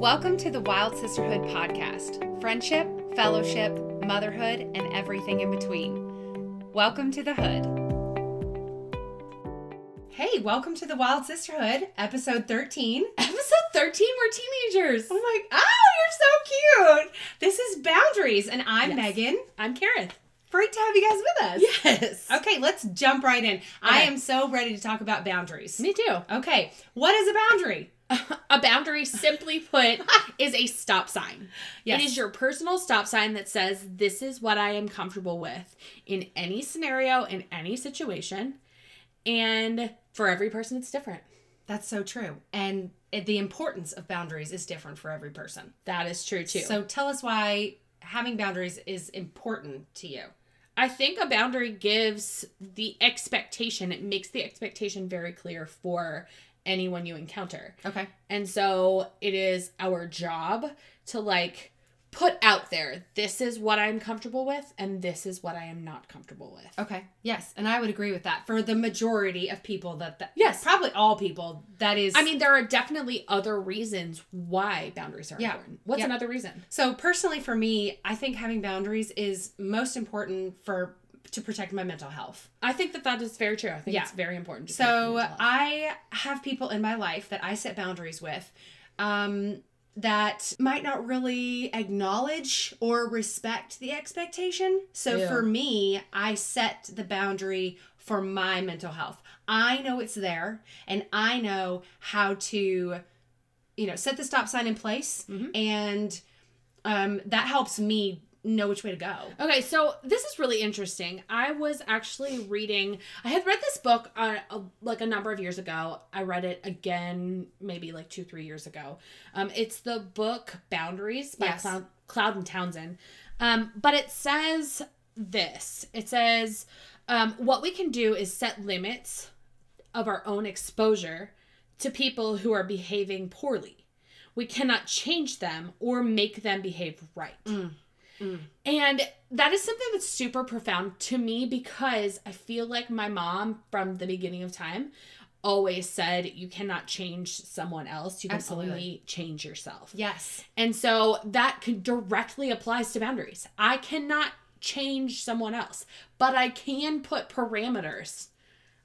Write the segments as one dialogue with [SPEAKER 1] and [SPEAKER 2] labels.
[SPEAKER 1] Welcome to the Wild Sisterhood podcast friendship, fellowship, motherhood, and everything in between. Welcome to the Hood. Hey, welcome to the Wild Sisterhood, episode 13.
[SPEAKER 2] Episode 13, we're teenagers.
[SPEAKER 1] I'm like, oh, you're so cute. This is Boundaries, and I'm
[SPEAKER 2] Yes.
[SPEAKER 1] Megan.
[SPEAKER 2] I'm Uh, Karen.
[SPEAKER 1] Great to have you guys with us.
[SPEAKER 2] Yes.
[SPEAKER 1] Okay, let's jump right in. I
[SPEAKER 2] Okay.
[SPEAKER 1] am so ready to talk about boundaries.
[SPEAKER 2] Me too.
[SPEAKER 1] Okay, what is a boundary?
[SPEAKER 2] A boundary, simply put, is a stop sign. It is your personal stop sign that says, this is what I am comfortable with in any scenario, in any situation. And for every person, it's different.
[SPEAKER 1] That's so true. And it- the importance of boundaries is different for every person.
[SPEAKER 2] That is true too.
[SPEAKER 1] So tell us why having boundaries is important to you.
[SPEAKER 2] I think a boundary gives the expectation, it makes the expectation very clear for anyone you encounter.
[SPEAKER 1] Okay.
[SPEAKER 2] And so it is our job to like put out there this is what I'm comfortable with and this is what I am not comfortable with.
[SPEAKER 1] Okay. Yes, and I would agree with that. For the majority of people that, that
[SPEAKER 2] Yes.
[SPEAKER 1] probably all people that is
[SPEAKER 2] I mean, there are definitely other reasons why boundaries are
[SPEAKER 1] Yeah.
[SPEAKER 2] important. What's
[SPEAKER 1] Yeah.
[SPEAKER 2] another reason?
[SPEAKER 1] So personally for me, I think having boundaries is most important for to protect my mental health.
[SPEAKER 2] I think that that is very true. I think
[SPEAKER 1] Yeah.
[SPEAKER 2] it's very important. To
[SPEAKER 1] So
[SPEAKER 2] protect mental health.
[SPEAKER 1] I have people in my life that I set boundaries with um, that might not really acknowledge or respect the expectation. So
[SPEAKER 2] Yeah.
[SPEAKER 1] for me, I set the boundary for my mental health. I know it's there and I know how to, you know, set the stop sign in place.
[SPEAKER 2] Mhm.
[SPEAKER 1] And um, that helps me know which way to go.
[SPEAKER 2] Okay, so this is really interesting. I was actually reading. I had read this book on a, like a number of years ago. I read it again, maybe like two, three years ago. Um, it's the book Boundaries by
[SPEAKER 1] Yes.
[SPEAKER 2] Cloud, Cloud and Townsend. Um, but it says this. It says um, what we can do is set limits of our own exposure to people who are behaving poorly. We cannot change them or make them behave right. And that is something that's super profound to me because I feel like my mom from the beginning of time always said you cannot change someone else, you can
[SPEAKER 1] Absolutely.
[SPEAKER 2] only change yourself.
[SPEAKER 1] Yes.
[SPEAKER 2] And so that could directly applies to boundaries. I cannot change someone else, but I can put parameters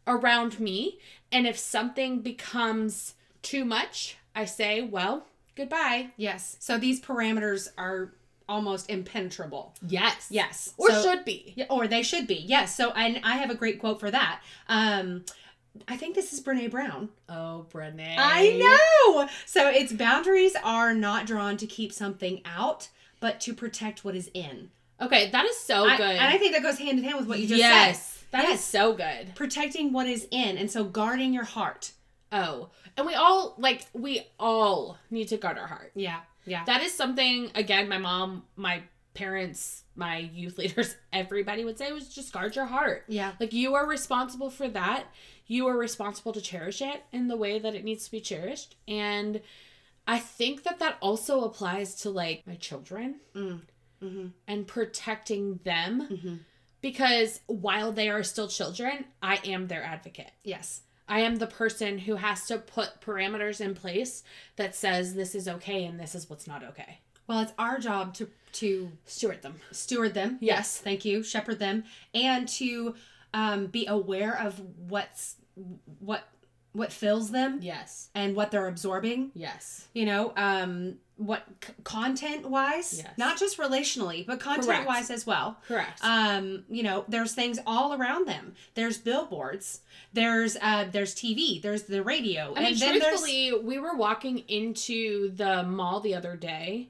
[SPEAKER 2] around me. And if something becomes too much, I say, well, goodbye.
[SPEAKER 1] Yes. So these parameters are almost impenetrable.
[SPEAKER 2] Yes.
[SPEAKER 1] Yes.
[SPEAKER 2] Or
[SPEAKER 1] So-
[SPEAKER 2] should be.
[SPEAKER 1] Yeah, or they should be. Yes. So, and I have a great quote for that. Um, I think this is Brene Brown.
[SPEAKER 2] Oh, Brene.
[SPEAKER 1] I know. So it's boundaries are not drawn to keep something out, but to protect what is in.
[SPEAKER 2] Okay, that is so
[SPEAKER 1] I-
[SPEAKER 2] good.
[SPEAKER 1] and I think that goes hand in hand with what you just said.
[SPEAKER 2] yes, that is
[SPEAKER 1] Yes.
[SPEAKER 2] so good.
[SPEAKER 1] Protecting what is in, and so guarding your heart.
[SPEAKER 2] Oh, and we all like we all need to guard our heart.
[SPEAKER 1] Yeah. Yeah.
[SPEAKER 2] That is something again. My mom, my parents, my youth leaders, everybody would say was just guard your heart.
[SPEAKER 1] yeah.
[SPEAKER 2] Like you are responsible for that. You are responsible to cherish it in the way that it needs to be cherished. And I think that that also applies to like my children
[SPEAKER 1] Mm. hmm
[SPEAKER 2] and protecting them
[SPEAKER 1] hmm
[SPEAKER 2] because while they are still children, I am their advocate.
[SPEAKER 1] Yes.
[SPEAKER 2] I am the person who has to put parameters in place that says this is okay and this is what's not okay.
[SPEAKER 1] Well, it's our job to to
[SPEAKER 2] Steward them.
[SPEAKER 1] steward them.
[SPEAKER 2] Yes.
[SPEAKER 1] Yes, thank you. Shepherd them and to um, be aware of what's what what fills them
[SPEAKER 2] Yes.
[SPEAKER 1] and what they're absorbing.
[SPEAKER 2] Yes.
[SPEAKER 1] You know, um, what c- content wise,
[SPEAKER 2] Yes.
[SPEAKER 1] not just relationally, but content wise as well.
[SPEAKER 2] Correct.
[SPEAKER 1] Um, you know, there's things all around them. There's billboards. There's uh, there's TV. There's the radio.
[SPEAKER 2] I mean,
[SPEAKER 1] and then there's
[SPEAKER 2] truthfully, we were walking into the mall the other day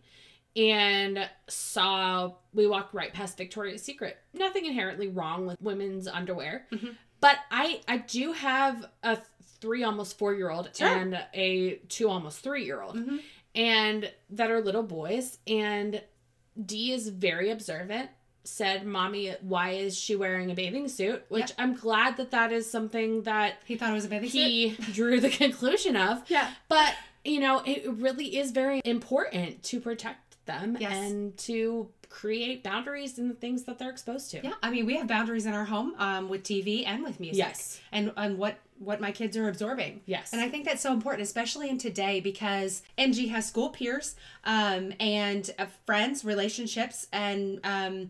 [SPEAKER 2] and saw we walked right past Victoria's Secret. Nothing inherently wrong with women's underwear,
[SPEAKER 1] Mhm.
[SPEAKER 2] but I I do have a three almost four year old
[SPEAKER 1] Sure.
[SPEAKER 2] and a two almost three year old.
[SPEAKER 1] Mhm.
[SPEAKER 2] and that are little boys and d is very observant said mommy why is she wearing a bathing suit which i'm glad that that is something that
[SPEAKER 1] he thought it was a bathing suit.
[SPEAKER 2] he drew the conclusion of
[SPEAKER 1] Yeah.
[SPEAKER 2] but you know it really is very important to protect them
[SPEAKER 1] Yes.
[SPEAKER 2] and to create boundaries in the things that they're exposed to.
[SPEAKER 1] Yeah, I mean, we have boundaries in our home um, with TV and with music.
[SPEAKER 2] Yes.
[SPEAKER 1] And, and what, what my kids are absorbing.
[SPEAKER 2] Yes.
[SPEAKER 1] And I think that's so important, especially in today, because MG has school peers um, and uh, friends, relationships, and um,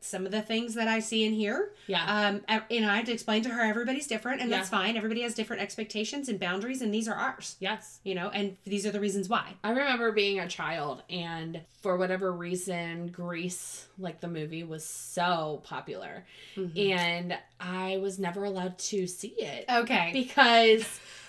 [SPEAKER 1] some of the things that I see and hear.
[SPEAKER 2] Yeah.
[SPEAKER 1] Um, I- you know, I have to explain to her everybody's different, and that's
[SPEAKER 2] Yeah.
[SPEAKER 1] fine. Everybody has different expectations and boundaries, and these are ours.
[SPEAKER 2] yes.
[SPEAKER 1] You know, and these are the reasons why.
[SPEAKER 2] I remember being a child, and for whatever reason, Grease, like the movie, was so popular.
[SPEAKER 1] Mm-hmm.
[SPEAKER 2] And I was never allowed to see it
[SPEAKER 1] Okay.
[SPEAKER 2] because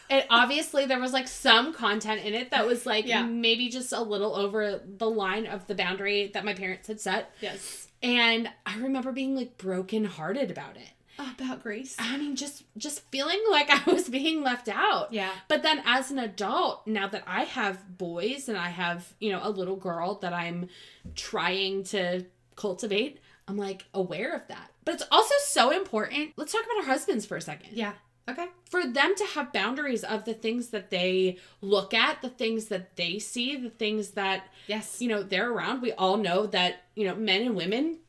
[SPEAKER 2] it obviously there was like some content in it that was like
[SPEAKER 1] Yeah.
[SPEAKER 2] maybe just a little over the line of the boundary that my parents had set.
[SPEAKER 1] yes.
[SPEAKER 2] And I remember being like brokenhearted about it.
[SPEAKER 1] About Grace.
[SPEAKER 2] I mean, just just feeling like I was being left out.
[SPEAKER 1] Yeah.
[SPEAKER 2] But then as an adult, now that I have boys and I have, you know, a little girl that I'm trying to cultivate, I'm like aware of that. But it's also so important. Let's talk about our husbands for a second.
[SPEAKER 1] Yeah. Okay.
[SPEAKER 2] For them to have boundaries of the things that they look at, the things that they see, the things that,
[SPEAKER 1] Yes.
[SPEAKER 2] you know, they're around. We all know that, you know, men and women,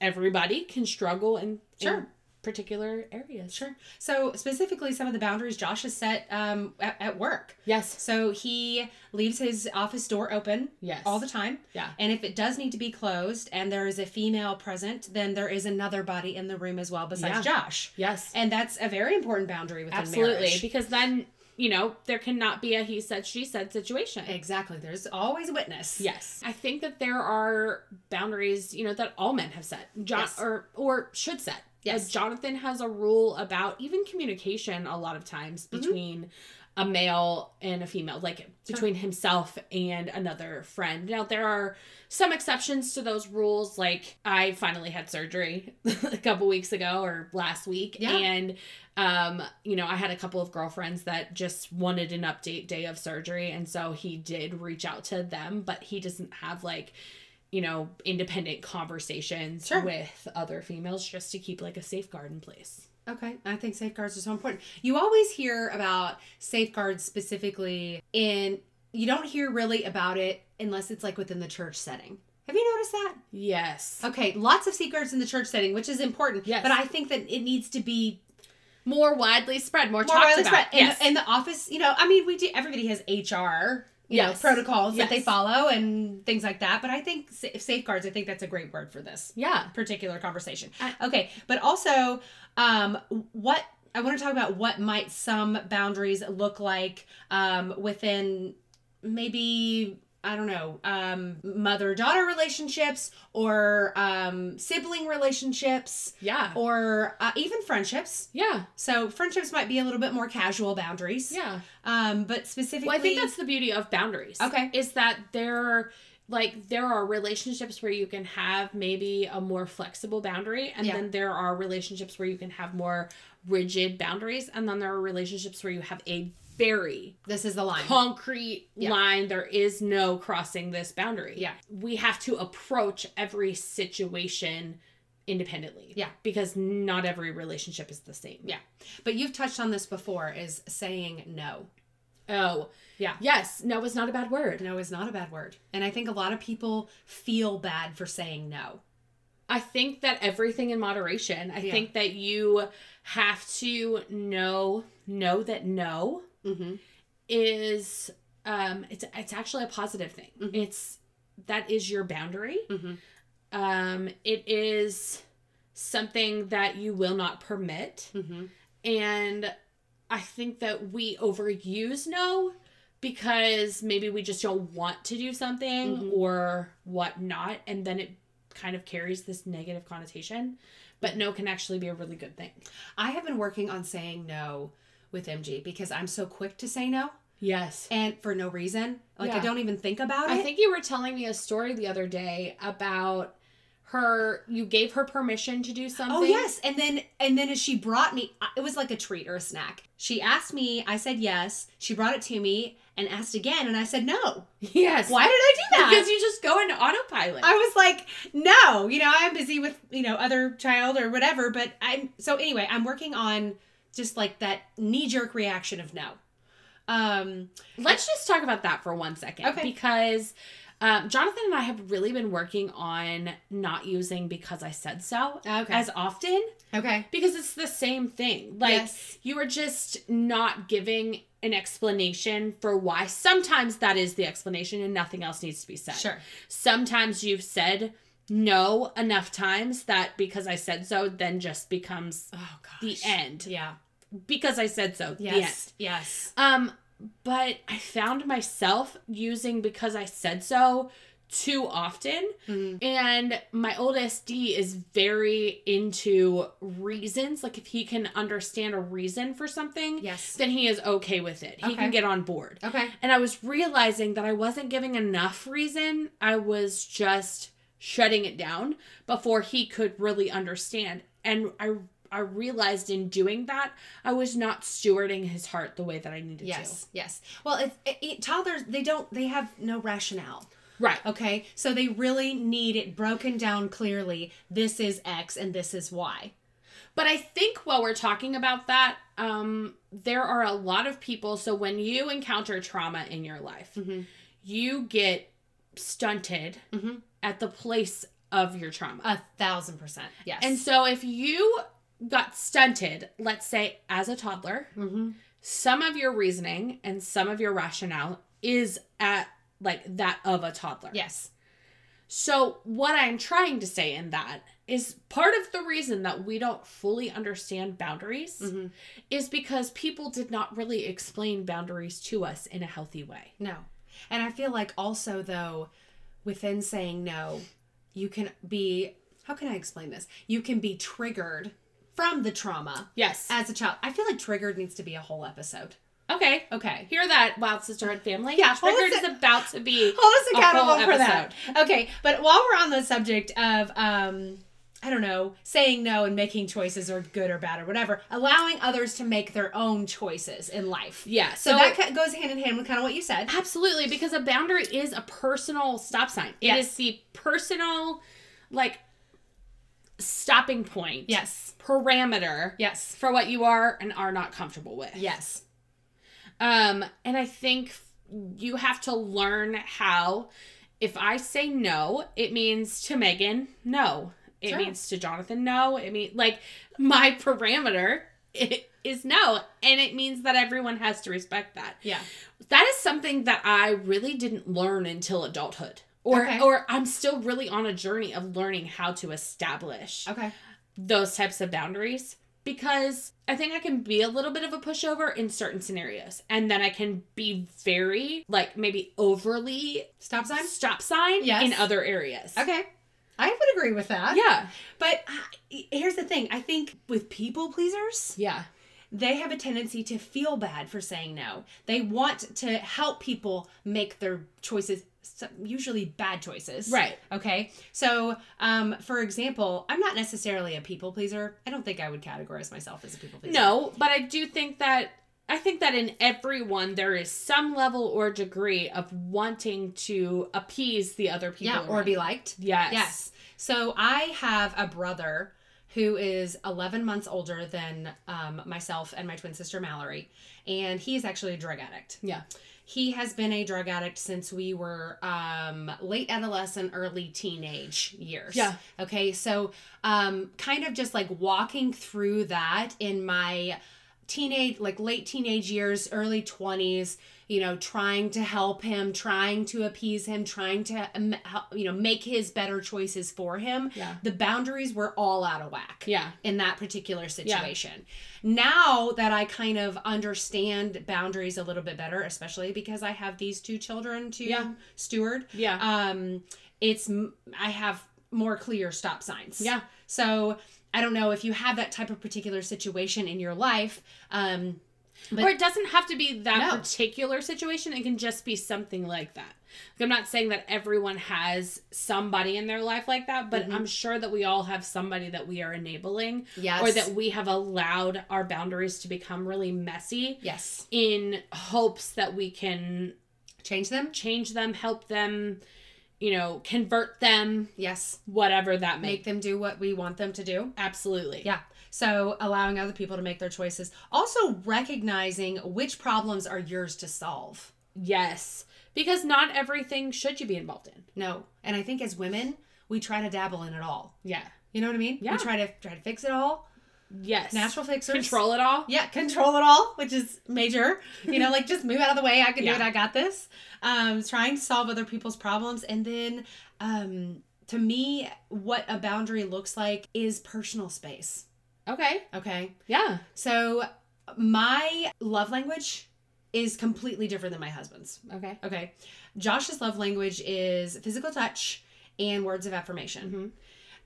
[SPEAKER 2] everybody can struggle in, in
[SPEAKER 1] Sure.
[SPEAKER 2] particular areas.
[SPEAKER 1] Sure. So specifically, some of the boundaries Josh has set um, at, at work.
[SPEAKER 2] Yes.
[SPEAKER 1] So he leaves his office door open
[SPEAKER 2] Yes.
[SPEAKER 1] all the time.
[SPEAKER 2] Yeah.
[SPEAKER 1] And if it does need to be closed and there is a female present, then there is another body in the room as well besides Josh.
[SPEAKER 2] Yes.
[SPEAKER 1] And that's a very important boundary within
[SPEAKER 2] Absolutely,
[SPEAKER 1] marriage.
[SPEAKER 2] because then you know there cannot be a he said she said situation.
[SPEAKER 1] Exactly. There's always a witness.
[SPEAKER 2] Yes, I think that there are boundaries you know that all men have set, John
[SPEAKER 1] Yes.
[SPEAKER 2] or or should set.
[SPEAKER 1] Yes.
[SPEAKER 2] As Jonathan has a rule about even communication a lot of times
[SPEAKER 1] Mm-hmm.
[SPEAKER 2] between a male and a female, like between himself and another friend. Now there are some exceptions to those rules. Like I finally had surgery a couple weeks ago or last week,
[SPEAKER 1] Yeah.
[SPEAKER 2] and um, you know I had a couple of girlfriends that just wanted an update day of surgery, and so he did reach out to them, but he doesn't have like you know independent conversations
[SPEAKER 1] Sure.
[SPEAKER 2] with other females just to keep like a safeguard in place.
[SPEAKER 1] Okay. I think safeguards are so important. You always hear about safeguards specifically in, you don't hear really about it unless it's like within the church setting. Have you noticed that?
[SPEAKER 2] Yes.
[SPEAKER 1] Okay, lots of safeguards in the church setting, which is important.
[SPEAKER 2] Yes.
[SPEAKER 1] But I think that it needs to be
[SPEAKER 2] More widely spread,
[SPEAKER 1] more
[SPEAKER 2] more, talked
[SPEAKER 1] widely spread.
[SPEAKER 2] about.
[SPEAKER 1] And, and the office, you know, I mean, we do, everybody has HR, you
[SPEAKER 2] Yes.
[SPEAKER 1] know, protocols that they
[SPEAKER 2] Yes.
[SPEAKER 1] follow and things like that. But I think sa- safeguards, I think that's a great word for this
[SPEAKER 2] yeah.
[SPEAKER 1] particular conversation.
[SPEAKER 2] I-
[SPEAKER 1] okay, but also, um, what I want to talk about what might some boundaries look like um, within maybe I don't know um, mother daughter relationships or um, sibling relationships
[SPEAKER 2] Yeah.
[SPEAKER 1] or uh, even friendships.
[SPEAKER 2] Yeah.
[SPEAKER 1] So friendships might be a little bit more casual boundaries.
[SPEAKER 2] Yeah.
[SPEAKER 1] Um, but specifically,
[SPEAKER 2] Well, I think that's the beauty of boundaries.
[SPEAKER 1] Okay.
[SPEAKER 2] Is that there like there are relationships where you can have maybe a more flexible boundary and
[SPEAKER 1] Yeah.
[SPEAKER 2] then there are relationships where you can have more rigid boundaries and then there are relationships where you have a very
[SPEAKER 1] this is the line.
[SPEAKER 2] concrete
[SPEAKER 1] Yeah.
[SPEAKER 2] line there is no crossing this boundary
[SPEAKER 1] Yeah.
[SPEAKER 2] we have to approach every situation independently
[SPEAKER 1] Yeah.
[SPEAKER 2] because not every relationship is the same
[SPEAKER 1] Yeah. But you've touched on this before: is saying no.
[SPEAKER 2] oh
[SPEAKER 1] Yeah.
[SPEAKER 2] yes no is not a bad word
[SPEAKER 1] No is not a bad word. And I think a lot of people feel bad for saying no.
[SPEAKER 2] I think that everything in moderation. I
[SPEAKER 1] Yeah.
[SPEAKER 2] think that you have to know know that no
[SPEAKER 1] Mm-hmm.
[SPEAKER 2] is um it's it's actually a positive thing.
[SPEAKER 1] Mhm.
[SPEAKER 2] It's that is your boundary.
[SPEAKER 1] Mm-hmm.
[SPEAKER 2] Um it is something that you will not permit
[SPEAKER 1] Mm-hmm.
[SPEAKER 2] and I think that we overuse no because maybe we just don't want to do something
[SPEAKER 1] Mhm.
[SPEAKER 2] or whatnot, and then it kind of carries this negative connotation. But no can actually be a really good thing.
[SPEAKER 1] I have been working on saying no with MG because I'm so quick to say no
[SPEAKER 2] Yes.
[SPEAKER 1] and for no reason. Like I
[SPEAKER 2] Yeah.
[SPEAKER 1] don't even think about
[SPEAKER 2] I
[SPEAKER 1] it.
[SPEAKER 2] think you were telling me a story the other day about her, you gave her permission to do something.
[SPEAKER 1] Oh yes, and then and then as she brought me, I- it was like a treat or a snack. She asked me, I said yes. She brought it to me and asked again, and I said no.
[SPEAKER 2] Yes.
[SPEAKER 1] Why did I do that?
[SPEAKER 2] Because you just go into autopilot.
[SPEAKER 1] I was like, no, you know, I'm busy with, you know, other child or whatever, but I'm so anyway, I'm working on just like that knee jerk reaction of no. Um
[SPEAKER 2] Let's just talk about that for one second.
[SPEAKER 1] Okay.
[SPEAKER 2] Because Um, Jonathan and I have really been working on not using because I said so
[SPEAKER 1] Okay.
[SPEAKER 2] as often
[SPEAKER 1] okay.
[SPEAKER 2] because it's the same thing. Like
[SPEAKER 1] Yes.
[SPEAKER 2] you are just not giving an explanation for why sometimes that is the explanation and nothing else needs to be said.
[SPEAKER 1] Sure.
[SPEAKER 2] Sometimes you've said no enough times that because I said so then just becomes
[SPEAKER 1] Oh gosh.
[SPEAKER 2] the end.
[SPEAKER 1] Yeah.
[SPEAKER 2] Because I said so. The end.
[SPEAKER 1] Yes. Yes.
[SPEAKER 2] Um, but I found myself using because I said so too often.
[SPEAKER 1] Mhm.
[SPEAKER 2] And my old SD is very into reasons. Like if he can understand a reason for something,
[SPEAKER 1] Yes.
[SPEAKER 2] then he is okay with it. He
[SPEAKER 1] Okay.
[SPEAKER 2] can get on board.
[SPEAKER 1] Okay.
[SPEAKER 2] And I was realizing that I wasn't giving enough reason. I was just shutting it down before he could really understand. And I I realized in doing that, I was not stewarding his heart the way that I needed
[SPEAKER 1] Yes. Yes. Well, it, it, it, toddlers they don't they have no rationale.
[SPEAKER 2] to. Right.
[SPEAKER 1] Okay, so they really need it broken down clearly. This is X and this is Y.
[SPEAKER 2] But I think while we're talking about that, um, there are a lot of people. So when you encounter trauma in your life,
[SPEAKER 1] Mhm.
[SPEAKER 2] you get stunted
[SPEAKER 1] Mhm.
[SPEAKER 2] at the place of your trauma.
[SPEAKER 1] A thousand percent. Yes.
[SPEAKER 2] And so if you got stunted, let's say as a toddler,
[SPEAKER 1] mm-hmm.
[SPEAKER 2] some of your reasoning and some of your rationale is at like that of a toddler.
[SPEAKER 1] yes,
[SPEAKER 2] So what I'm trying to say in that is part of the reason that we don't fully understand boundaries
[SPEAKER 1] Mhm.
[SPEAKER 2] is because people did not really explain boundaries to us in a healthy way.
[SPEAKER 1] no. And I feel like also though, within saying no, you can be. How can I explain this? You can be triggered from the trauma
[SPEAKER 2] Yes.
[SPEAKER 1] as a child. I feel like triggered needs to be a whole episode.
[SPEAKER 2] okay.
[SPEAKER 1] Okay.
[SPEAKER 2] Hear that, Wild Sisterhood family?
[SPEAKER 1] Yeah, hold
[SPEAKER 2] Triggered
[SPEAKER 1] on
[SPEAKER 2] is about to be
[SPEAKER 1] hold us
[SPEAKER 2] a whole
[SPEAKER 1] accountable for that. Okay, but while we're on the subject of um I don't know, saying no and making choices or good or bad or whatever, allowing others to make their own choices in life.
[SPEAKER 2] yeah.
[SPEAKER 1] So, that ki- goes hand in hand with kind of what you said.
[SPEAKER 2] Absolutely, because a boundary is a personal stop sign. It
[SPEAKER 1] Yes.
[SPEAKER 2] is the personal, like, stopping point.
[SPEAKER 1] Yes.
[SPEAKER 2] Parameter.
[SPEAKER 1] Yes.
[SPEAKER 2] For what you are and are not comfortable with.
[SPEAKER 1] Yes.
[SPEAKER 2] Um, and I think you have to learn how. If I say no, it means to Megan no. It
[SPEAKER 1] Sure.
[SPEAKER 2] means to Jonathan no. It means like my parameter i- is no, and it means that everyone has to respect that
[SPEAKER 1] Yeah.
[SPEAKER 2] that is something that I really didn't learn until adulthood. Or
[SPEAKER 1] Okay.
[SPEAKER 2] or I'm still really on a journey of learning how to establish
[SPEAKER 1] Okay.
[SPEAKER 2] those types of boundaries because I think I can be a little bit of a pushover in certain scenarios and then I can be very like maybe overly
[SPEAKER 1] Stop sign?
[SPEAKER 2] stop sign
[SPEAKER 1] Yes.
[SPEAKER 2] in other areas.
[SPEAKER 1] Okay. I would agree with that.
[SPEAKER 2] Yeah.
[SPEAKER 1] But I, here's the thing I think with people pleasers,
[SPEAKER 2] Yeah.
[SPEAKER 1] they have a tendency to feel bad for saying no. They want to help people make their choices, so- usually bad choices.
[SPEAKER 2] Right.
[SPEAKER 1] Okay. So, um, for example, I'm not necessarily a people pleaser. I don't think I would categorize myself as a people pleaser.
[SPEAKER 2] No, but I do think that I think that in everyone there is some level or degree of wanting to appease the other people.
[SPEAKER 1] Yeah, or
[SPEAKER 2] around
[SPEAKER 1] be liked.
[SPEAKER 2] Yes.
[SPEAKER 1] Yes. So I have a brother who is 11 months older than um, myself and my twin sister Mallory, and he is actually a drug addict.
[SPEAKER 2] Yeah.
[SPEAKER 1] He has been a drug addict since we were um, late adolescent, early teenage years.
[SPEAKER 2] Yeah.
[SPEAKER 1] Okay. So, um, kind of just like walking through that in my teenage, like late teenage years, early 20s, you know, trying to help him, trying to appease him, trying to, um, hel- you know, make his better choices for him.
[SPEAKER 2] Yeah.
[SPEAKER 1] The boundaries were all out of whack
[SPEAKER 2] Yeah.
[SPEAKER 1] in that particular situation. Now that I kind of understand boundaries a little bit better, especially because I have these two children to
[SPEAKER 2] Yeah.
[SPEAKER 1] steward,
[SPEAKER 2] Yeah.
[SPEAKER 1] um, it's m- I have more clear stop signs.
[SPEAKER 2] yeah.
[SPEAKER 1] So I don't know if you have that type of particular situation in your life. Um, But-
[SPEAKER 2] or it doesn't have to be that
[SPEAKER 1] No.
[SPEAKER 2] particular situation. It can just be something like that. Like I'm not saying that everyone has somebody in their life like that, but
[SPEAKER 1] Mhm.
[SPEAKER 2] I'm sure that we all have somebody that we are enabling
[SPEAKER 1] yes.
[SPEAKER 2] or that we have allowed our boundaries to become really messy
[SPEAKER 1] yes.
[SPEAKER 2] in hopes that we can
[SPEAKER 1] Change them.
[SPEAKER 2] change them, help them, you know, convert them,
[SPEAKER 1] Yes.
[SPEAKER 2] whatever that may.
[SPEAKER 1] Make them do what we want them to do.
[SPEAKER 2] Absolutely.
[SPEAKER 1] Yeah. So allowing other people to make their choices. Also recognizing which problems are yours to solve.
[SPEAKER 2] Yes. because not everything should you be involved in.
[SPEAKER 1] No. And I think as women, we try to dabble in it all.
[SPEAKER 2] Yeah.
[SPEAKER 1] You know what I mean?
[SPEAKER 2] Yeah.
[SPEAKER 1] We try to try to fix it all.
[SPEAKER 2] Yes.
[SPEAKER 1] Natural fixers.
[SPEAKER 2] control it all.
[SPEAKER 1] Yeah, control it all, which is major. You know, like just move out of the way. I can
[SPEAKER 2] Yeah.
[SPEAKER 1] do it. I got this. Um, trying to solve other people's problems, and then um, to me, what a boundary looks like is personal space.
[SPEAKER 2] Okay.
[SPEAKER 1] Okay,
[SPEAKER 2] Yeah.
[SPEAKER 1] so my love language is completely different than my husband's.
[SPEAKER 2] Okay.
[SPEAKER 1] Okay, Josh's love language is physical touch and words of affirmation.
[SPEAKER 2] Mm-hmm.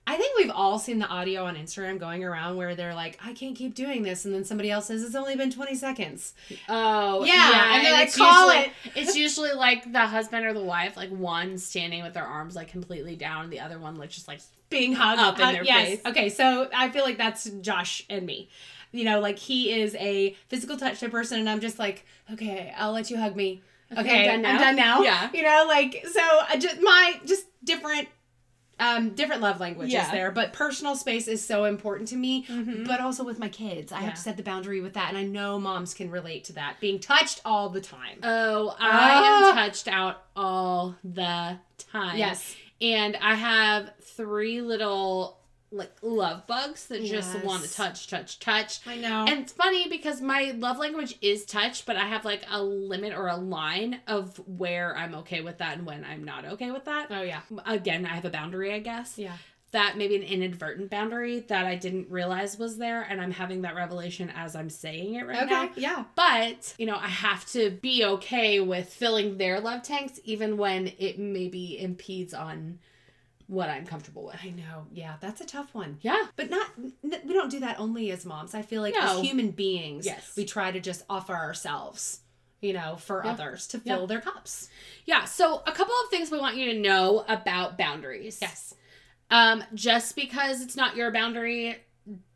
[SPEAKER 1] I think we've all seen the audio on Instagram going around where they're like, I can't keep doing this. And then somebody else says, It's only been 20 seconds.
[SPEAKER 2] Oh
[SPEAKER 1] Yeah, and they're like,
[SPEAKER 2] it's
[SPEAKER 1] "Call
[SPEAKER 2] usually, It's usually like the husband or the wife, like one standing with their arms like completely down, and the other one like just like
[SPEAKER 1] Being hugged
[SPEAKER 2] Up in
[SPEAKER 1] Uh,
[SPEAKER 2] their
[SPEAKER 1] yes.
[SPEAKER 2] face.
[SPEAKER 1] Okay, so I feel like that's Josh and me. You know, like he is a physical touch type person, and I'm just like, Okay, I'll let you hug me. Okay, I'm, done now.
[SPEAKER 2] Yeah.
[SPEAKER 1] You know, like, so I just, my, just different. Um, different love languages
[SPEAKER 2] Yeah.
[SPEAKER 1] there, but personal space is so important to me.
[SPEAKER 2] Mhm.
[SPEAKER 1] but also with my kids. I
[SPEAKER 2] Yeah.
[SPEAKER 1] have to set the boundary with that, and I know moms can relate to that being touched all the time.
[SPEAKER 2] Oh, I
[SPEAKER 1] Ah.
[SPEAKER 2] am touched out all the time.
[SPEAKER 1] yes,
[SPEAKER 2] And I have three little like love bugs that just
[SPEAKER 1] Yes.
[SPEAKER 2] want to touch, touch, touch.
[SPEAKER 1] I know.
[SPEAKER 2] And it's funny because my love language is touch, but I have like a limit or a line of where I'm okay with that and when I'm not okay with that.
[SPEAKER 1] oh yeah,
[SPEAKER 2] Again, I have a boundary, I guess.
[SPEAKER 1] yeah,
[SPEAKER 2] That maybe an inadvertent boundary that I didn't realize was there, and I'm having that revelation as I'm saying it right
[SPEAKER 1] okay,
[SPEAKER 2] now.
[SPEAKER 1] yeah,
[SPEAKER 2] But, you know, I have to be okay with filling their love tanks even when it maybe impedes on what I'm comfortable with.
[SPEAKER 1] I know. Yeah, that's a tough one.
[SPEAKER 2] Yeah.
[SPEAKER 1] But not n- we don't do that only as moms. I feel like as
[SPEAKER 2] No.
[SPEAKER 1] human beings,
[SPEAKER 2] Yes.
[SPEAKER 1] we try to just offer ourselves, you know, for
[SPEAKER 2] Yeah.
[SPEAKER 1] others to
[SPEAKER 2] Yeah.
[SPEAKER 1] fill their cups.
[SPEAKER 2] Yeah. So, a couple of things we want you to know about boundaries.
[SPEAKER 1] Yes.
[SPEAKER 2] Um, just because it's not your boundary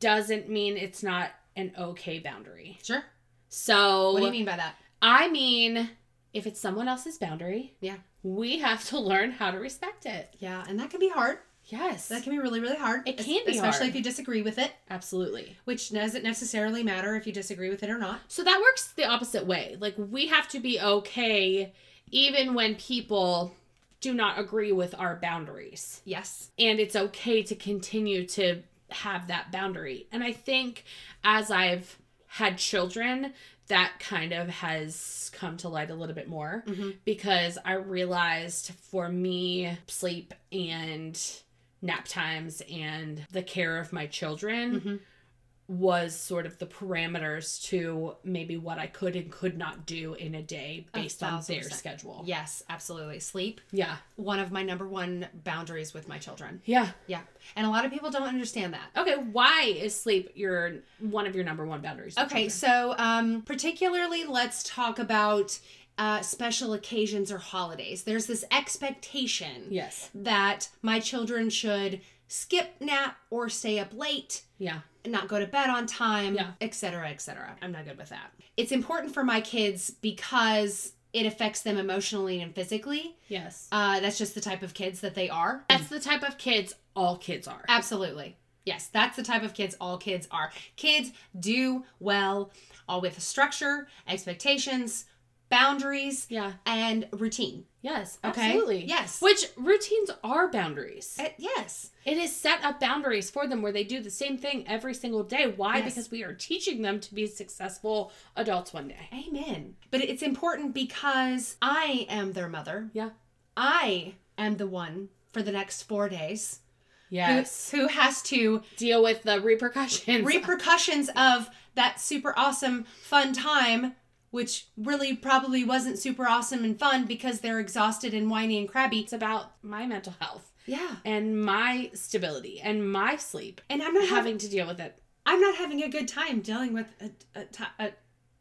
[SPEAKER 2] doesn't mean it's not an okay boundary.
[SPEAKER 1] Sure.
[SPEAKER 2] So,
[SPEAKER 1] What do you mean by that?
[SPEAKER 2] I mean, if it's someone else's boundary,
[SPEAKER 1] Yeah.
[SPEAKER 2] we have to learn how to respect it.
[SPEAKER 1] Yeah, and that can be hard.
[SPEAKER 2] Yes.
[SPEAKER 1] That can be really, really hard.
[SPEAKER 2] It
[SPEAKER 1] es-
[SPEAKER 2] can be
[SPEAKER 1] especially
[SPEAKER 2] hard.
[SPEAKER 1] if you disagree with it,
[SPEAKER 2] Absolutely.
[SPEAKER 1] which doesn't necessarily matter if you disagree with it or not.
[SPEAKER 2] So that works the opposite way. Like we have to be okay even when people do not agree with our boundaries.
[SPEAKER 1] Yes.
[SPEAKER 2] And it's okay to continue to have that boundary. And I think as I've had children, that kind of has come to light a little bit more
[SPEAKER 1] Mm-hmm.
[SPEAKER 2] because I realized for me, sleep and nap times and the care of my children
[SPEAKER 1] Mm-hmm.
[SPEAKER 2] was sort of the parameters to maybe what I could and could not do in a day
[SPEAKER 1] A
[SPEAKER 2] based on
[SPEAKER 1] thousand
[SPEAKER 2] their
[SPEAKER 1] percent.
[SPEAKER 2] schedule.
[SPEAKER 1] Yes, absolutely. Sleep,
[SPEAKER 2] Yeah.
[SPEAKER 1] one of my number one boundaries with my children.
[SPEAKER 2] Yeah.
[SPEAKER 1] Yeah. And a lot of people don't understand that.
[SPEAKER 2] Okay. Why is sleep your one of your number one boundaries? with
[SPEAKER 1] Okay,
[SPEAKER 2] children?
[SPEAKER 1] so um, particularly let's talk about uh, special occasions or holidays. There's this expectation
[SPEAKER 2] Yes.
[SPEAKER 1] that my children should skip nap or stay up late
[SPEAKER 2] Yeah.
[SPEAKER 1] not go to bed on time,
[SPEAKER 2] Yeah.
[SPEAKER 1] et cetera, et cetera. I'm not good with that. It's important for my kids because it affects them emotionally and physically.
[SPEAKER 2] Yes.
[SPEAKER 1] Uh, that's just the type of kids that they are.
[SPEAKER 2] That's the type of kids all kids are.
[SPEAKER 1] Absolutely. Yes, that's the type of kids all kids are. Kids do well, all with structure, expectations, boundaries,
[SPEAKER 2] Yeah.
[SPEAKER 1] and routine.
[SPEAKER 2] Yes.
[SPEAKER 1] Okay?
[SPEAKER 2] Absolutely.
[SPEAKER 1] Yes.
[SPEAKER 2] Which routines are boundaries.
[SPEAKER 1] Uh, yes.
[SPEAKER 2] It is set up boundaries for them where they do the same thing every single day. Why?
[SPEAKER 1] Yes.
[SPEAKER 2] Because we are teaching them to be successful adults one day.
[SPEAKER 1] Amen. But it's important because I am their mother.
[SPEAKER 2] Yeah.
[SPEAKER 1] I am the one for the next four days who- who has to
[SPEAKER 2] Deal with the repercussions.
[SPEAKER 1] repercussions of that super awesome fun time which really probably wasn't super awesome and fun because they're exhausted and whiny and crabby
[SPEAKER 2] it's about my mental health
[SPEAKER 1] yeah
[SPEAKER 2] and my stability and my sleep
[SPEAKER 1] and i'm not having
[SPEAKER 2] having to deal with it
[SPEAKER 1] i'm not having a good time dealing with a, a, ti- a,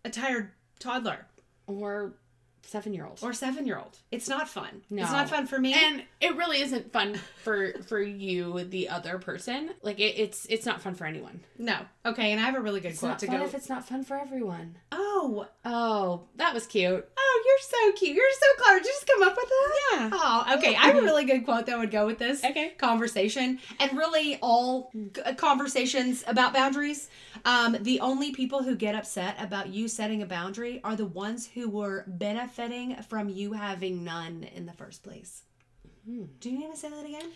[SPEAKER 1] a tired toddler
[SPEAKER 2] or seven year old
[SPEAKER 1] or seven year old it's not fun
[SPEAKER 2] No.
[SPEAKER 1] it's not fun for me
[SPEAKER 2] and it really isn't fun for for you the other person like it, it's it's not fun for anyone
[SPEAKER 1] no okay and i have a really good
[SPEAKER 2] it's
[SPEAKER 1] quote
[SPEAKER 2] not
[SPEAKER 1] to
[SPEAKER 2] fun
[SPEAKER 1] go
[SPEAKER 2] if it's not fun for everyone
[SPEAKER 1] oh
[SPEAKER 2] oh that was cute
[SPEAKER 1] oh you're so cute you're so clever Did you just come up with that
[SPEAKER 2] Yeah.
[SPEAKER 1] Oh, okay. I have a really good quote that would go with this
[SPEAKER 2] Okay.
[SPEAKER 1] conversation, and really all g- uh, conversations about boundaries. Um, the only people who get upset about you setting a boundary are the ones who were benefiting from you having none in the first place.
[SPEAKER 2] Hmm.
[SPEAKER 1] Do you need me to say that again?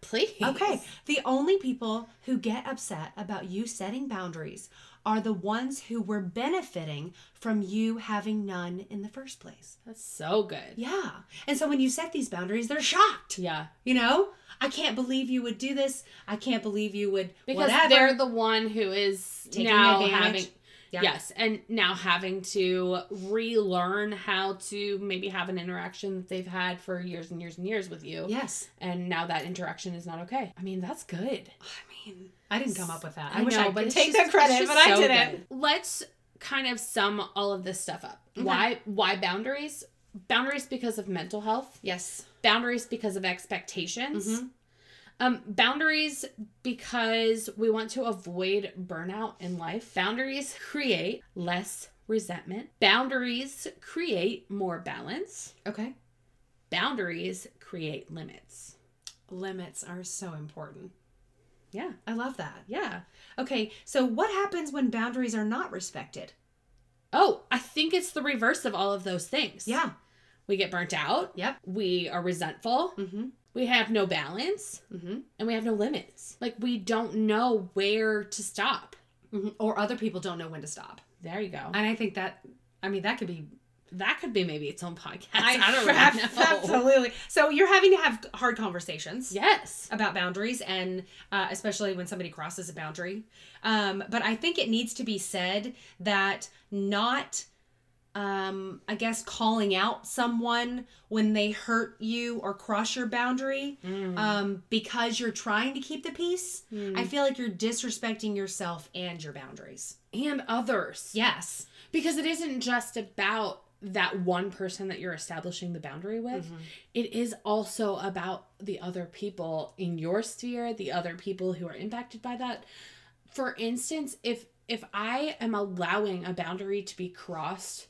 [SPEAKER 2] Please.
[SPEAKER 1] Okay. The only people who get upset about you setting boundaries are the ones who were benefiting from you having none in the first place.
[SPEAKER 2] That's so good.
[SPEAKER 1] Yeah. And so when you set these boundaries, they're shocked.
[SPEAKER 2] Yeah.
[SPEAKER 1] You know, I can't believe you would do this. I can't believe you would
[SPEAKER 2] Because
[SPEAKER 1] whatever.
[SPEAKER 2] they're the one who is
[SPEAKER 1] Taking
[SPEAKER 2] now
[SPEAKER 1] advantage.
[SPEAKER 2] having
[SPEAKER 1] Yeah.
[SPEAKER 2] Yes, and now having to relearn how to maybe have an interaction that they've had for years and years and years with you.
[SPEAKER 1] yes.
[SPEAKER 2] And now that interaction is not okay. I mean, that's good.
[SPEAKER 1] I mean, I didn't come up with that. I,
[SPEAKER 2] I
[SPEAKER 1] wish
[SPEAKER 2] know,
[SPEAKER 1] I
[SPEAKER 2] but
[SPEAKER 1] could
[SPEAKER 2] it's
[SPEAKER 1] take
[SPEAKER 2] just-
[SPEAKER 1] the
[SPEAKER 2] it's
[SPEAKER 1] credit,
[SPEAKER 2] just
[SPEAKER 1] but I
[SPEAKER 2] so
[SPEAKER 1] didn't.
[SPEAKER 2] good. Let's kind of sum all of this stuff up.
[SPEAKER 1] Okay.
[SPEAKER 2] Why why boundaries? Boundaries because of mental health,
[SPEAKER 1] Yes.
[SPEAKER 2] boundaries because of expectations.
[SPEAKER 1] Mhm.
[SPEAKER 2] Um, boundaries because we want to avoid burnout in life. Boundaries create less resentment. Boundaries create more balance.
[SPEAKER 1] Okay.
[SPEAKER 2] Boundaries create limits.
[SPEAKER 1] Limits are so important.
[SPEAKER 2] Yeah.
[SPEAKER 1] I love that.
[SPEAKER 2] Yeah.
[SPEAKER 1] Okay, so what happens when boundaries are not respected?
[SPEAKER 2] Oh, I think it's the reverse of all of those things.
[SPEAKER 1] Yeah.
[SPEAKER 2] We get burnt out.
[SPEAKER 1] Yep.
[SPEAKER 2] We are resentful.
[SPEAKER 1] Mm-hmm.
[SPEAKER 2] We have no balance
[SPEAKER 1] Mm-hmm.
[SPEAKER 2] and we have no limits. Like we don't know where to stop.
[SPEAKER 1] hmm Or other people don't know when to stop.
[SPEAKER 2] There you go.
[SPEAKER 1] And I think that, I mean, that could be.
[SPEAKER 2] that could be maybe its own podcast. I, don't really know.
[SPEAKER 1] Absolutely. So you're having to have hard conversations.
[SPEAKER 2] Yes.
[SPEAKER 1] About boundaries, and uh, especially when somebody crosses a boundary. Um, but I think it needs to be said that not, um, I guess, calling out someone when they hurt you or cross your boundary um, because you're trying to keep the peace. I feel like you're disrespecting yourself and your boundaries.
[SPEAKER 2] and others.
[SPEAKER 1] Yes.
[SPEAKER 2] Because it isn't just about that one person that you're establishing the boundary with. It is also about the other people in your sphere, the other people who are impacted by that. For instance, if if I am allowing a boundary to be crossed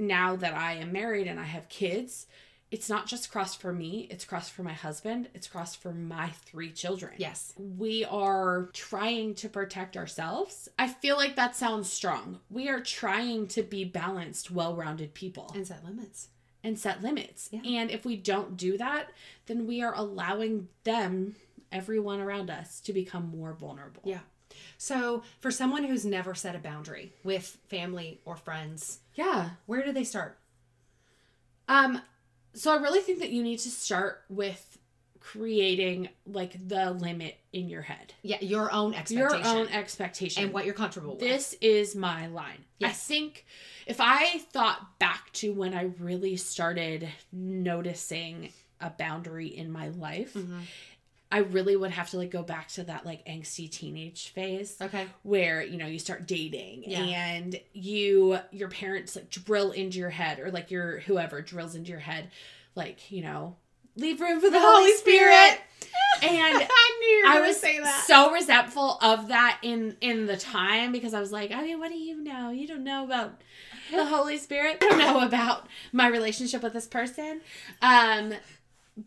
[SPEAKER 2] now that I am married and I have kids, it's not just crossed for me, it's crossed for my husband, it's crossed for my three children
[SPEAKER 1] Yes.
[SPEAKER 2] we are trying to protect ourselves. I feel like that sounds strong. We are trying to be balanced, well rounded people
[SPEAKER 1] And set limits.
[SPEAKER 2] and set limits.
[SPEAKER 1] Yeah.
[SPEAKER 2] And if we don't do that, then we are allowing them, everyone around us, to become more vulnerable.
[SPEAKER 1] Yeah. So, for someone who's never set a boundary with family or friends,
[SPEAKER 2] Yeah.
[SPEAKER 1] where do they start?
[SPEAKER 2] Um, so I really think that you need to start with creating like the limit in your head.
[SPEAKER 1] Yeah, your own
[SPEAKER 2] Your
[SPEAKER 1] expectation
[SPEAKER 2] own expectation.
[SPEAKER 1] and what you're comfortable with.
[SPEAKER 2] this is my line.
[SPEAKER 1] Yes.
[SPEAKER 2] I think if I thought back to when I really started noticing a boundary in my life,
[SPEAKER 1] Mhm.
[SPEAKER 2] I really would have to like go back to that like angsty teenage phase
[SPEAKER 1] Okay.
[SPEAKER 2] where you know you start dating
[SPEAKER 1] Yeah.
[SPEAKER 2] and you your parents like drill into your head or like your whoever drills into your head like you know leave room for the holy spirit, and
[SPEAKER 1] I knew you
[SPEAKER 2] I was so resentful of that in in the time because I was like, I mean, what do you know? You don't know about the Holy Spirit. You don't know about my relationship with this person. Um,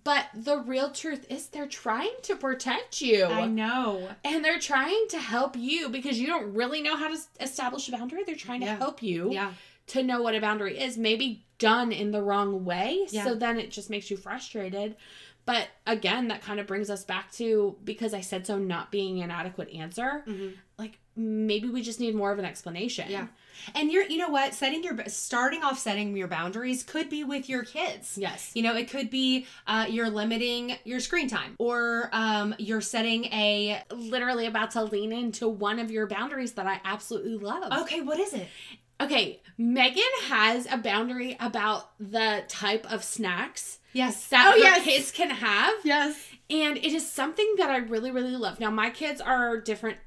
[SPEAKER 2] but the real truth is they're trying to protect you
[SPEAKER 1] I know.
[SPEAKER 2] and they're trying to help you because you don't really know how to s- establish a boundary. They're trying to
[SPEAKER 1] Yeah.
[SPEAKER 2] help you
[SPEAKER 1] Yeah.
[SPEAKER 2] to know what a boundary is, maybe done in the wrong way.
[SPEAKER 1] Yeah.
[SPEAKER 2] So then it just makes you frustrated. But again, that kind of brings us back to because I said so not being an adequate answer.
[SPEAKER 1] Mhm.
[SPEAKER 2] Like maybe we just need more of an explanation.
[SPEAKER 1] Yeah. And you're, you know what? Setting your, starting off setting your boundaries could be with your kids.
[SPEAKER 2] Yes.
[SPEAKER 1] You know, it could be uh, you're limiting your screen time or um, you're setting a,
[SPEAKER 2] Literally about to lean into one of your boundaries that I absolutely love.
[SPEAKER 1] okay, what is it?
[SPEAKER 2] Okay, Megan has a boundary about the type of snacks
[SPEAKER 1] Yes. Oh,
[SPEAKER 2] that her
[SPEAKER 1] yes.
[SPEAKER 2] kids can have.
[SPEAKER 1] Yes.
[SPEAKER 2] And it is something that I really, really love. Now, my kids are different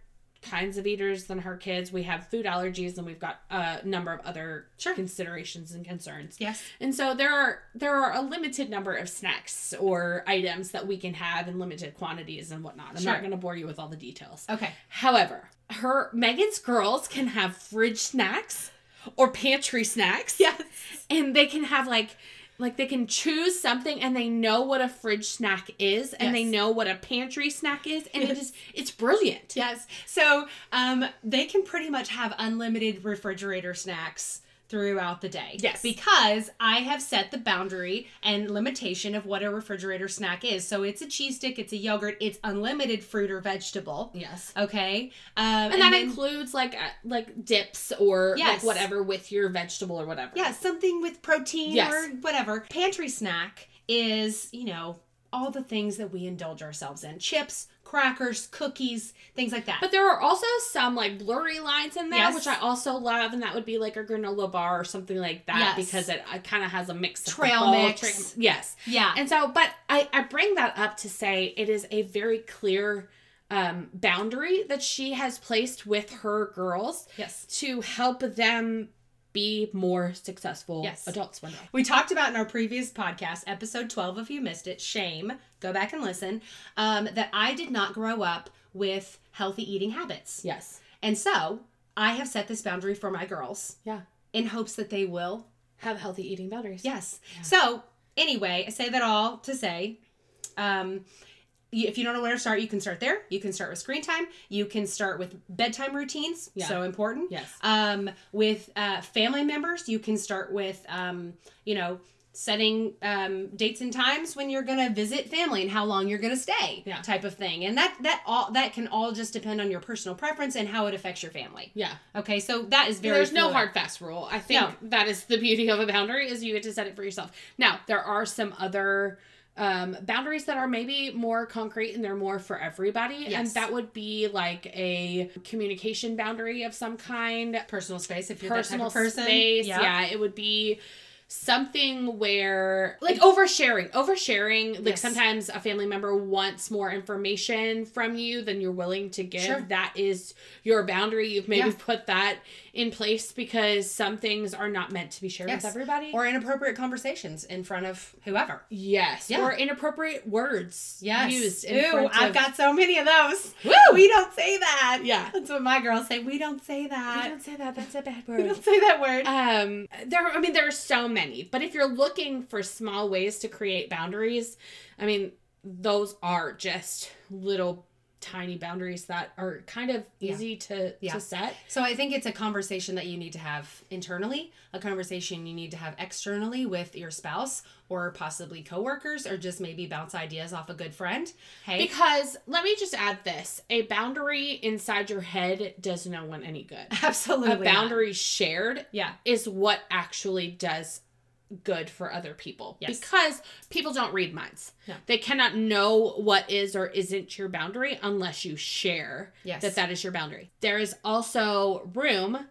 [SPEAKER 2] kinds of eaters than her kids. We have food allergies and we've got a number of other
[SPEAKER 1] Sure.
[SPEAKER 2] considerations and concerns.
[SPEAKER 1] Yes.
[SPEAKER 2] And so there are there are a limited number of snacks or items that we can have in limited quantities and whatnot. I'm
[SPEAKER 1] Sure.
[SPEAKER 2] not gonna bore you with all the details.
[SPEAKER 1] Okay.
[SPEAKER 2] However, her Megan's girls can have fridge snacks or pantry snacks.
[SPEAKER 1] Yes.
[SPEAKER 2] And they can have like Like they can choose something and they know what a fridge snack is and they
[SPEAKER 1] Yes.
[SPEAKER 2] know what a pantry snack is and it is it's brilliant.
[SPEAKER 1] Yes. So um, they can pretty much have unlimited refrigerator snacks throughout the day.
[SPEAKER 2] Yes.
[SPEAKER 1] Because I have set the boundary and limitation of what a refrigerator snack is. So it's a cheese stick, it's a yogurt, it's unlimited fruit or vegetable.
[SPEAKER 2] Yes.
[SPEAKER 1] Okay. Um, and,
[SPEAKER 2] And, that
[SPEAKER 1] then-
[SPEAKER 2] includes like uh, like dips or
[SPEAKER 1] Yes.
[SPEAKER 2] like whatever with your vegetable or whatever.
[SPEAKER 1] yeah, something with protein
[SPEAKER 2] Yes.
[SPEAKER 1] or whatever. Pantry snack is, you know, all the things that we indulge ourselves in chips, crackers, cookies, things like that.
[SPEAKER 2] But there are also some like blurry lines in there,
[SPEAKER 1] Yes.
[SPEAKER 2] which I also love, and that would be like a granola bar or something like that
[SPEAKER 1] Yes.
[SPEAKER 2] because it, it kind of has a mix of
[SPEAKER 1] Trail
[SPEAKER 2] the ball,
[SPEAKER 1] mix.
[SPEAKER 2] yes.
[SPEAKER 1] yeah.
[SPEAKER 2] And so, but I I bring that up to say it is a very clear um, boundary that she has placed with her girls
[SPEAKER 1] yes.
[SPEAKER 2] to help them be more successful
[SPEAKER 1] Yes.
[SPEAKER 2] adults one day.
[SPEAKER 1] We talked about in our previous podcast, episode 12, if you missed it, shame, go back and listen, um, that I did not grow up with healthy eating habits.
[SPEAKER 2] Yes.
[SPEAKER 1] And so I have set this boundary for my girls
[SPEAKER 2] Yeah.
[SPEAKER 1] in hopes that they will.
[SPEAKER 2] Have healthy eating boundaries.
[SPEAKER 1] Yes. So, anyway, I say that all to say um, you- if you don't know where to start, you can start there. You can start with screen time. You can start with bedtime routines,
[SPEAKER 2] Yeah.
[SPEAKER 1] so important.
[SPEAKER 2] Yes.
[SPEAKER 1] Um, with uh, family members, you can start with, um, you know, setting um, dates and times when you're going to visit family and how long you're going to stay,
[SPEAKER 2] Yeah.
[SPEAKER 1] type of thing. And that that all that can all just depend on your personal preference and how it affects your family.
[SPEAKER 2] Yeah.
[SPEAKER 1] Okay, so that is very
[SPEAKER 2] there's no
[SPEAKER 1] fluid.
[SPEAKER 2] hard fast rule. I think that is the beauty of a boundary is you get to set it for yourself. Now there are some other um, boundaries that are maybe more concrete and they're more for everybody, and
[SPEAKER 1] Yes.
[SPEAKER 2] that would be like a communication boundary of some kind,
[SPEAKER 1] personal space if you're
[SPEAKER 2] personal
[SPEAKER 1] that type of person.
[SPEAKER 2] space.
[SPEAKER 1] Yeah.
[SPEAKER 2] yeah, it would be something where like oversharing oversharing like
[SPEAKER 1] Yes.
[SPEAKER 2] sometimes a family member wants more information from you than you're willing to give
[SPEAKER 1] Sure.
[SPEAKER 2] that is your boundary you've maybe
[SPEAKER 1] Yeah.
[SPEAKER 2] put that in place because some things are not meant to be shared
[SPEAKER 1] Yes.
[SPEAKER 2] with everybody
[SPEAKER 1] Or inappropriate conversations in front of whoever.
[SPEAKER 2] yes
[SPEAKER 1] Yeah.
[SPEAKER 2] or inappropriate words
[SPEAKER 1] Yes.
[SPEAKER 2] used in
[SPEAKER 1] Ooh,
[SPEAKER 2] front
[SPEAKER 1] I've
[SPEAKER 2] of-
[SPEAKER 1] got so many of those.
[SPEAKER 2] Woo!
[SPEAKER 1] We don't say that.
[SPEAKER 2] Yeah.
[SPEAKER 1] That's what my girls say. We don't say
[SPEAKER 2] I
[SPEAKER 1] that.
[SPEAKER 2] don't say that that's a bad
[SPEAKER 1] We
[SPEAKER 2] word
[SPEAKER 1] don't Uh, say that word.
[SPEAKER 2] um there i mean there are so many but if you're looking for small ways to create boundaries i mean those are just little tiny boundaries that are kind of
[SPEAKER 1] Yeah.
[SPEAKER 2] easy to
[SPEAKER 1] Yeah.
[SPEAKER 2] to set
[SPEAKER 1] So I think it's a conversation that you need to have internally, a conversation you need to have externally with your spouse or possibly coworkers or just maybe bounce ideas off a good friend. Hey,
[SPEAKER 2] because let me just add this a boundary inside your head does no one any good
[SPEAKER 1] absolutely.
[SPEAKER 2] a
[SPEAKER 1] not.
[SPEAKER 2] boundary shared
[SPEAKER 1] Yeah.
[SPEAKER 2] is what actually does good for other people
[SPEAKER 1] Yes.
[SPEAKER 2] because people don't read minds
[SPEAKER 1] No.
[SPEAKER 2] they cannot know what is or isn't your boundary unless you share
[SPEAKER 1] Yes.
[SPEAKER 2] that that is your boundary there is also room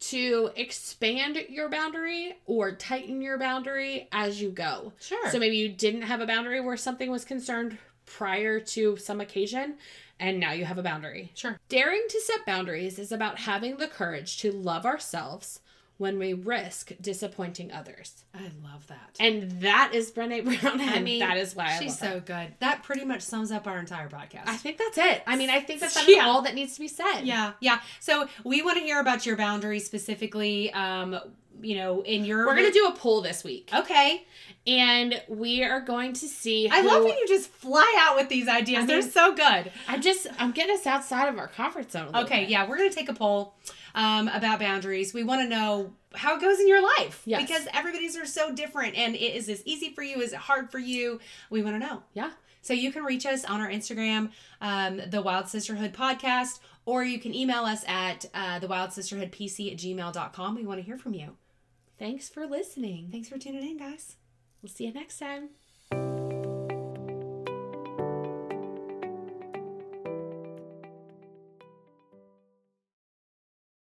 [SPEAKER 2] to expand your boundary or tighten your boundary as you go
[SPEAKER 1] Sure.
[SPEAKER 2] so maybe you didn't have a boundary where something was concerned prior to some occasion and now you have a boundary
[SPEAKER 1] sure.
[SPEAKER 2] Daring to set boundaries is about having the courage to love ourselves when we risk disappointing others.
[SPEAKER 1] I love that.
[SPEAKER 2] And that is Brene Brown. And
[SPEAKER 1] I mean,
[SPEAKER 2] that is why I
[SPEAKER 1] she's
[SPEAKER 2] love
[SPEAKER 1] so
[SPEAKER 2] her.
[SPEAKER 1] good. That pretty much sums up our entire podcast.
[SPEAKER 2] I think that's it. I mean, I think that that's
[SPEAKER 1] Yeah.
[SPEAKER 2] all that needs to be said.
[SPEAKER 1] Yeah, yeah. So we want to hear about your boundaries specifically. Um, you know, in your
[SPEAKER 2] We're going to do a poll this week.
[SPEAKER 1] Okay,
[SPEAKER 2] And we are going to see.
[SPEAKER 1] I love
[SPEAKER 2] who-
[SPEAKER 1] when you just fly out with these ideas.
[SPEAKER 2] I
[SPEAKER 1] They're
[SPEAKER 2] mean-
[SPEAKER 1] so good.
[SPEAKER 2] I'm just, I'm getting us outside of our comfort zone. a little
[SPEAKER 1] Okay,
[SPEAKER 2] bit.
[SPEAKER 1] yeah, we're gonna take a poll um, about boundaries. We want to know how it goes in your life
[SPEAKER 2] Yes.
[SPEAKER 1] because everybody's are so different, and it, is this easy for you? Is it hard for you? We want to know.
[SPEAKER 2] Yeah.
[SPEAKER 1] So you can reach us on our Instagram, um, the Wild Sisterhood Podcast, or you can email us at uh, the Wild Sisterhood PC at gmail.com. We want to hear from you.
[SPEAKER 2] Thanks for listening.
[SPEAKER 1] Thanks for tuning in, guys.
[SPEAKER 2] We'll see you next time.